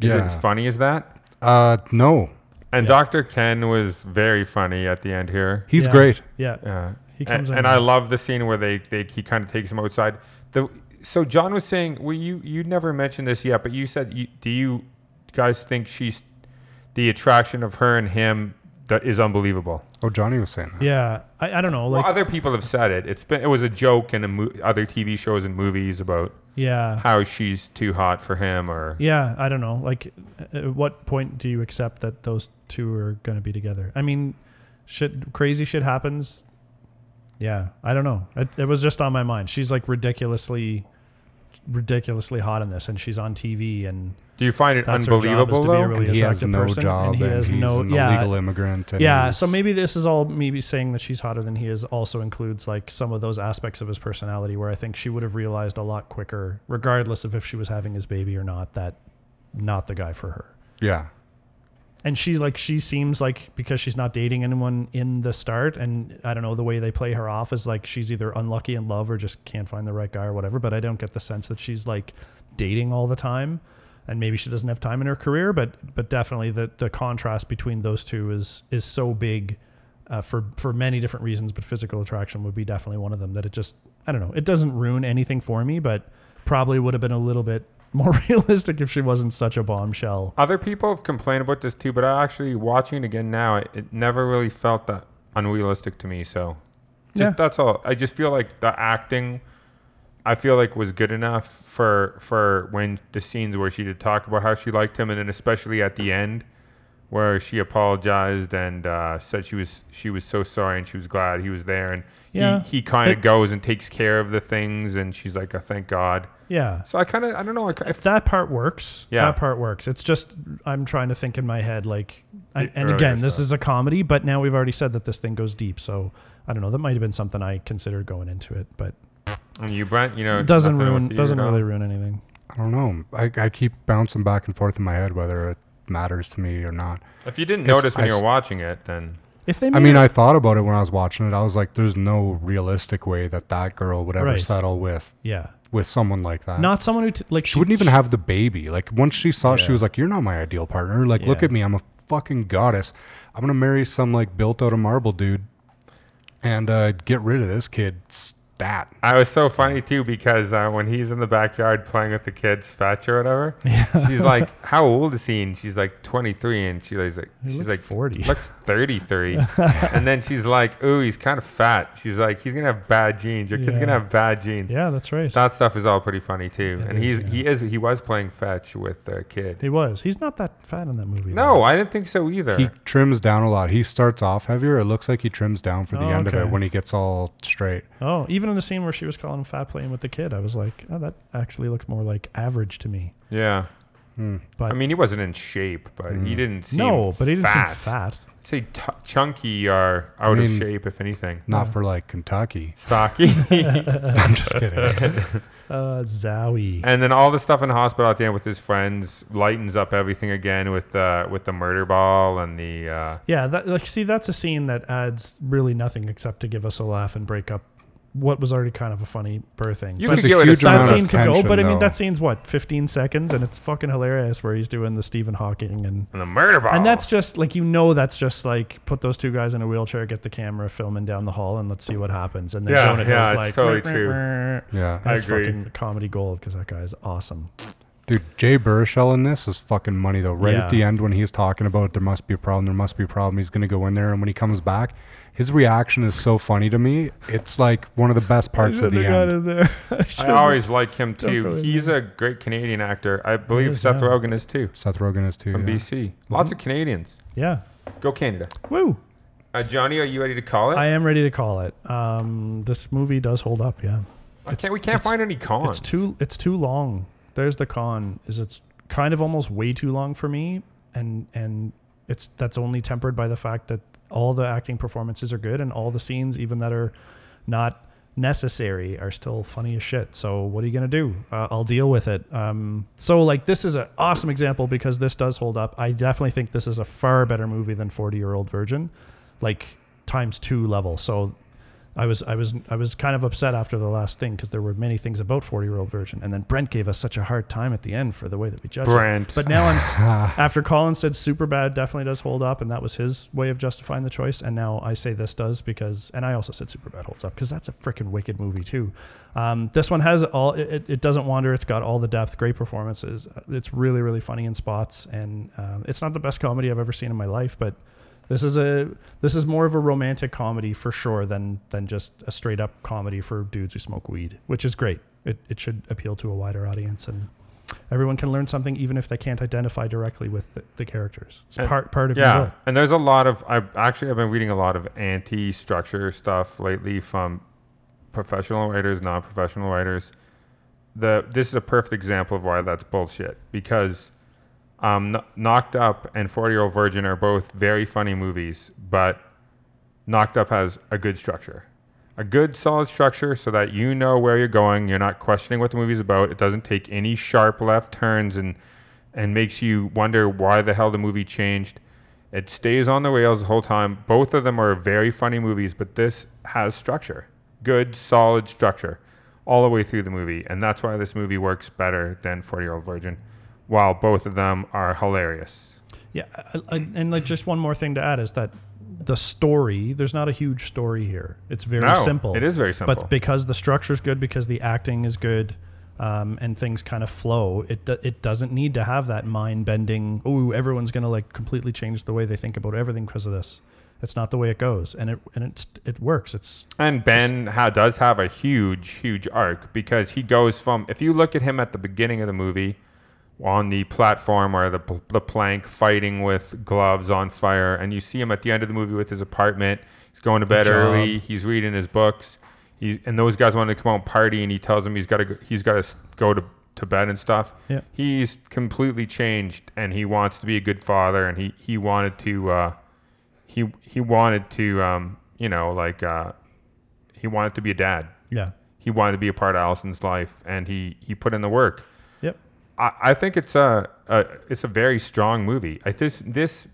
is it as
Yeah.
funny as that
Uh, no,
and dr ken was very funny at the end here
he's
Yeah.
great.
Yeah.
Yeah.
He
A-
comes
and,
in.
I love the scene where they, they he kind of takes him outside. The so John was saying, well, you you never mentioned this yet, but you said, you, do you guys think she's the attraction of her and him that is unbelievable?
Oh, Johnny was saying that.
Yeah. I, I don't know. Like,
well, other people have said it. It's been it was a joke in a mo- other TV shows and movies about
yeah.
how she's too hot for him or
Yeah, I don't know. Like, at what point do you accept that those two are going to be together? I mean, shit, crazy shit happens. Yeah, I don't know. It, it was just on my mind. She's like ridiculously ridiculously hot in this, and she's on TV, and
Do you find it
That's her job is
unbelievable
to be a
though?
really
he has
attractive
no
person,
job
and he has
he's
no-
an
yeah.
illegal immigrant. And
yeah.
he's-
So maybe this is all maybe saying that she's hotter than he is also includes like some of those aspects of his personality where I think she would have realized a lot quicker, regardless of if she was having his baby or not, that not the guy for her.
yeah,
and she's like she seems like because she's not dating anyone in the start and i don't know the way they play her off is like she's either unlucky in love or just can't find the right guy or whatever but i don't get the sense that she's like dating all the time and maybe she doesn't have time in her career but but definitely the the contrast between those two is is so big uh, for for many different reasons but physical attraction would be definitely one of them that it just i don't know it doesn't ruin anything for me but probably would have been a little bit <laughs> more realistic if she wasn't such a bombshell
Other people have complained about this too, but I actually watching it again now, it, it never really felt that unrealistic to me. So, just
Yeah.
that's all. I just feel like the acting, I feel like was good enough for for when the scenes where she did talk about how she liked him, and then especially at the end where she apologized and uh, said she was she was so sorry and she was glad he was there, and
Yeah.
he, he kind
It-
of goes and takes care of the things, and she's like, "I thank God."
yeah
So I kind of I don't know. I, I
if that part works,
Yeah.
that part works. It's just I'm trying to think in my head like, and, and
earlier
again, this
stuff.
is a comedy, but now we've already said that this thing goes deep, so I don't know. That might have been something I considered going into it, but
And you, Brent, you know,
it doesn't
nothing
ruin
with you,
doesn't
no?
really ruin anything.
I don't know. I, I keep bouncing back and forth in my head whether it matters to me or not.
If you didn't
It's-
notice when
I
you were
s-
watching it, then
If they,
I
made
mean,
it-
I thought about it when I was watching it. I was like, "There's no realistic way that that girl would ever
Right.
settle with
yeah,
with someone like that."
not someone who t- like
she wouldn't even have the baby. Like once she saw, it, she
Yeah.
was like, "You're not my ideal partner. Like, look
Yeah.
at me. I'm a fucking goddess. I'm gonna marry some like built out of marble dude, and uh, get rid of this kid stat."
I was so funny too because uh, when he's in the backyard playing with the kids, Fetch or
<laughs>
whatever, she's like, "How old is he?" And she's like, "23," and she's like, "She's
looks
like
40.
looks
<laughs>
33," and then she's like, "Ooh, he's kind of fat." She's like, "He's gonna have bad genes. Your kid's
Yeah.
gonna have bad genes."
Yeah, that's right.
That stuff is all pretty funny too,
It
and
is,
he's he is he was playing fetch with the kid.
he was. He's not that fat in that movie.
no,
though.
I didn't think so either.
He trims down a lot. He starts off heavier. It looks like he trims down for the
Oh,
end of
okay.
it when he gets all straight.
Oh, even in the scene where she was calling him fat playing with the kid, I was like, oh, that actually looks more like average to me.
yeah,
Hmm, But Hmm.
I mean he wasn't in shape, but he didn't seem
no, but he didn't
fat.
seem fat.
I'd say t- chunky or out
mean-
of shape, if anything.
Not for
<laughs>
like Kentucky. <laughs>
Stocky. <laughs>
I'm just kidding.
Uh, Zowie.
and then all the stuff in the hospital at the end with his friends lightens up everything again with uh, with the murder ball and the. Uh,
Yeah, that, like see, that's a scene that adds really nothing except to give us a laugh and break up what was already kind of a funny birthing.
you
but
That's
could
a
get with a
huge
stat-
that
amount of
scene could go,
tension,
but I mean,
though.
that scene's what 15 seconds, and it's fucking hilarious where he's doing the Stephen Hawking and.
and the murder ball.
And that's just like you know that's just like put those two guys in a wheelchair, get the camera filming down the hall, and let's see what happens. And then
Yeah,
Jonah Hill's
yeah, it's
like,
totally
"Rrr,
true.
rrr, rrr."
yeah.
I
That's
agree.
fucking comedy gold because that guy is awesome.
Dude, Jay Baruchel in this is fucking money though. Right
Yeah.
at the end when he's talking about there must be a problem, there must be a problem, he's gonna go in there, and when he comes back, his reaction is so funny to me. It's like one of the best parts of the
<laughs>
end.
I always like him too. He's a great Canadian actor. I believe
is,
Seth
yeah. Mm-hmm.
Rogen is too
Seth Rogen is too.
from
yeah.
BC. Lots of Canadians.
Yeah.
Go Canada.
Woo.
Uh, Johnny, are you ready to call it?
I am ready to call it. Um, this movie does hold up. Yeah.
I can't, we can't find any cons.
It's too it's too long. There's the con is it's kind of almost way too long for me and and it's that's only tempered by the fact that all the acting performances are good and all the scenes even that are not necessary are still funny as shit. So what are you going to do? Uh, I'll deal with it. Um so like this is an awesome example because this does hold up. I definitely think this is a far better movie than 40-year-old virgin like times 2 level. So I was I was I was kind of upset after the last thing because there were many things about Forty Year Old Virgin, and then Brent gave us such a hard time at the end for the way that we judged. it.
Brent.
but now I'm s- after Colin said Superbad definitely does hold up, and that was his way of justifying the choice, and now I say this does because, and I also said Superbad holds up because that's a freaking wicked movie too. Um, this one has all it, it- it doesn't wander. It's got all the depth, great performances. It's really really funny in spots, and um, it's not the best comedy I've ever seen in my life, but this is a this is more of a romantic comedy for sure than than just a straight up comedy for dudes who smoke weed, which is great. It it should appeal to a wider audience and everyone can learn something even if they can't identify directly with the, the characters. It's
And-
part part of your
Yeah,
work.
and there's a lot of I actually I've been reading a lot of anti-structure stuff lately from professional writers, non-professional writers, the this is a perfect example of why that's bullshit because um, Kn- Knocked Up and 40 Year Old Virgin are both very funny movies, but Knocked Up has a good structure. A good solid structure so that you know where you're going, you're not questioning what the movie's about, it doesn't take any sharp left turns and and makes you wonder why the hell the movie changed. It stays on the rails the whole time. Both of them are very funny movies, but this has structure. Good, solid structure all the way through the movie. And that's why this movie works better than 40 Year Old Virgin, while both of them are hilarious.
Yeah, I- I- and like just one more thing to add is that the story. There's not a huge story here. It's very
No,
simple.
it is very simple.
But because the structure's good, because the acting is good, um, and things kind of flow, it do- it doesn't need to have that mind bending. Oh, everyone's gonna like completely change the way they think about everything because of this. That's not the way it goes, and it and it's it works. It's
And Ben ha- does have a huge, huge arc because he goes from, if you look at him at the beginning of the movie, on the platform or the, pl- the plank fighting with gloves on fire, and you see him at the end of the movie with his apartment. He's going to bed
job.
early. He's reading his books. He, and those guys want to come out and party, and he tells them he's got to go, he's got to go to, to bed and stuff.
Yeah.
He's completely changed, and he wants to be a good father, and he, he wanted to uh, he he wanted to um, you know like uh, he wanted to be a dad.
yeah,
He wanted to be a part of Allison's life, and he he put in the work.
yep.
I, I think it's a, a it's a very strong movie. I this this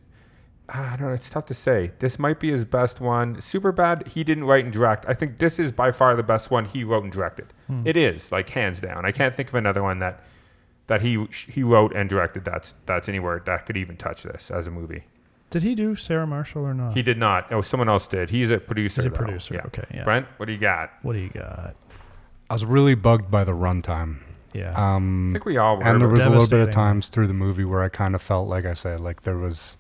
I don't know. It's tough to say. This might be his best one. Superbad he didn't write and direct. I think this is by far the best one he wrote and directed.
Hmm.
It is like hands down. I can't think of another one that that he he wrote and directed. That's that's anywhere that could even touch this as a movie.
Did he do Sarah Marshall or not?
He did not. Oh, someone else did. He's a producer.
He's a
though.
producer, okay, yeah.
Brent, what do you got?
what do you got?
I was really bugged by the runtime. Um,
Yeah,
I think we all were.
and there
but-
was a little bit of
Devastating.
times through the movie where I kind of felt like I said, like there was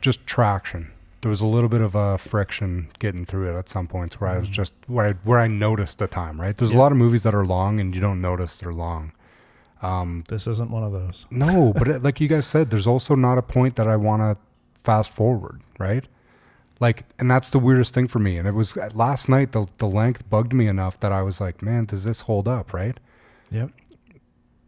just traction. There was a little bit of uh, friction getting through it at some points where I
Mm-hmm.
was just where I, where I noticed the time. Right, there's a lot of movies that are long and you don't notice they're long.
this isn't one of those.
No, but it, like you guys said, there's also not a point that I want to fast forward, right? Like, and that's the weirdest thing for me. And it was uh, last night, the, the length bugged me enough that I was like, man, does this hold up, right?
Yep.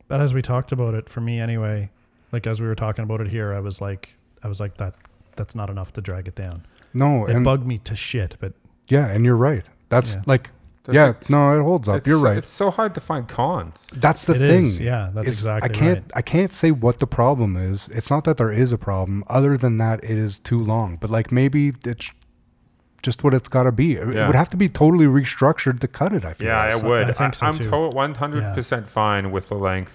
But as we talked about it, for me anyway, like as we were talking about it here, I was like, I was like that. That's not enough to drag it down.
No,
It
and
bugged me to shit, but
yeah, and you're right. That's
Yeah.
like,
Does
yeah,
it-
no, it holds up.
it's
You're
so-
right.
It's so hard to find cons.
That's the
It
thing.
is, yeah, that's exactly
I can't.
right.
I can't say what the problem is. It's not that there is a problem. Other than that, it is too long. But like maybe it's just what it's got to be. It- It
Yeah.
would have to be totally restructured to cut it. I feel.
Yeah,
like.
I
so-
would.
I
I
think so,
am
too.
to- 100% fine with the length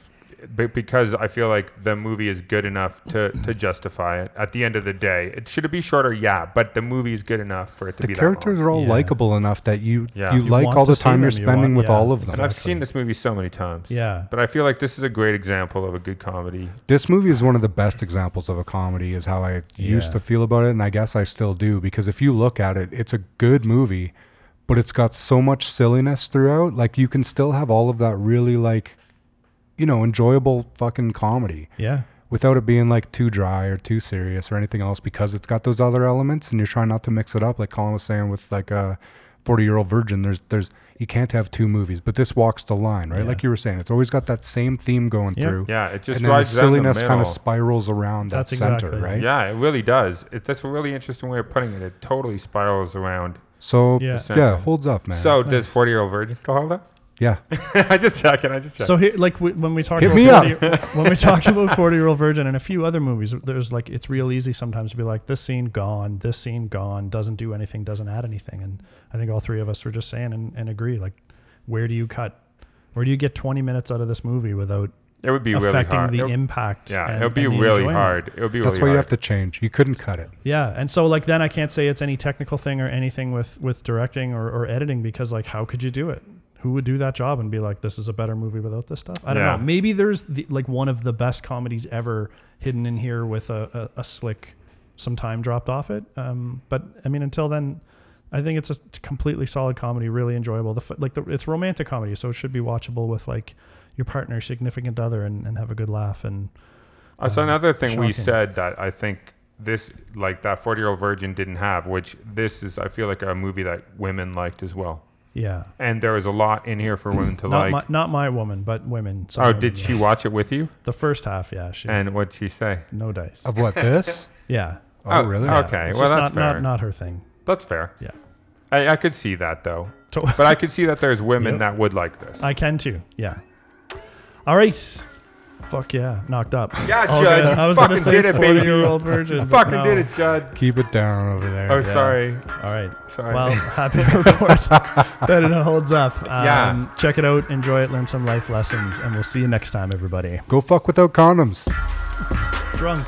be- because I feel like the movie is good enough to, to justify it. At the end of the day, it should it be shorter? Yeah, but the movie is good enough for it to be
the characters
that long.
are all
Yeah.
likable enough that you
Yeah.
you,
You
like
want
all
to
the
see
time you're
them, you
spending
want-
with
yeah.
all of them.
And I've seen this movie so many times.
Yeah.
But I feel like this is a great example of a good comedy.
this movie is one of the best examples of a comedy is how i used
Yeah.
to feel about it and i guess i still do because if you look at it it's a good movie but it's got so much silliness throughout like you can still have all of that really like you know enjoyable fucking comedy
yeah,
without it being like too dry or too serious or anything else because it's got those other elements and you're trying not to mix it up like colin was saying with like a 40 year old virgin there's there's you can't have two movies but this walks the line right like you were saying it's always got that same theme going
Yeah.
through
Yeah, it just
and then the
drives down the
silliness kind
middle.
of spirals around
That's
that center,
exactly-
right?
Yeah, it really does. It, that's a really interesting way of putting it. It totally spirals around.
So
Yeah.
yeah,
Center.
holds up, man.
So does 40 Year Old Virgin still hold up?
yeah,
<laughs> I just checking. I just checking.
So here, like we, when we talk
Hit
about
me up.
<laughs>
40 when we talk about Forty Year Old Virgin and a few other movies, there's like it's real easy sometimes to be like this scene gone, this scene gone, doesn't do anything, doesn't add anything, and I think all three of us were just saying and, and agree like, where do you cut, where do you get 20 minutes out of this movie without
it would be really
affecting
hard.
the
It-
impact?
yeah,
and-
it would be
and the
really
enjoyment?
hard. It would be really
that's why you
hard.
have to change. You couldn't cut it.
Yeah, and so like then I can't say it's any technical thing or anything with with directing or, or editing because like how could you do it? Who would do that job and be like this is a better movie without this stuff? I don't know.
Yeah.
Maybe there's the, like one of the best comedies ever hidden in here with a, a, a slick some time dropped off it. Um, but I mean until then, I think it's a completely solid comedy, really enjoyable. The f- like the, it's romantic comedy, so it should be watchable with like your partner, significant other, and, and have a good laugh and
That's Uh, another thing we
shocking.
said that I think this, like that 40 year old virgin didn't have, which this is, I feel like, a movie that women liked as well.
Yeah.
and there was a lot in here for women to
Not
like.
my, not my woman, but women. some
oh,
women,
did she
yes.
watch it with you?
the first half? Yeah, she
And what'd she say?
no dice.
<laughs>
Of what this?
Yeah,
Oh,
Oh, really?
okay.
It's
well,
just
that's
not, not
fair.
not her thing.
That's fair.
Yeah,
I, I could see that though.
To-
But I could see that there's women
Yep.
that would like this.
<laughs> I can too. Yeah. All right. Fuck yeah, knocked up.
Yeah,
All
Judd,
good.
you
I was gonna
fucking
say
did it, baby. <laughs>
forty-year-old virgin. but
Fucking
no.
did it, Judd.
Keep it down over there.
Oh, sorry.
All right.
Sorry. <laughs>
Well, happy to report <laughs> that it holds up. Um,
Yeah.
Check it out, enjoy it, learn some life lessons, and we'll see you next time, everybody.
Go fuck without condoms.
drunk.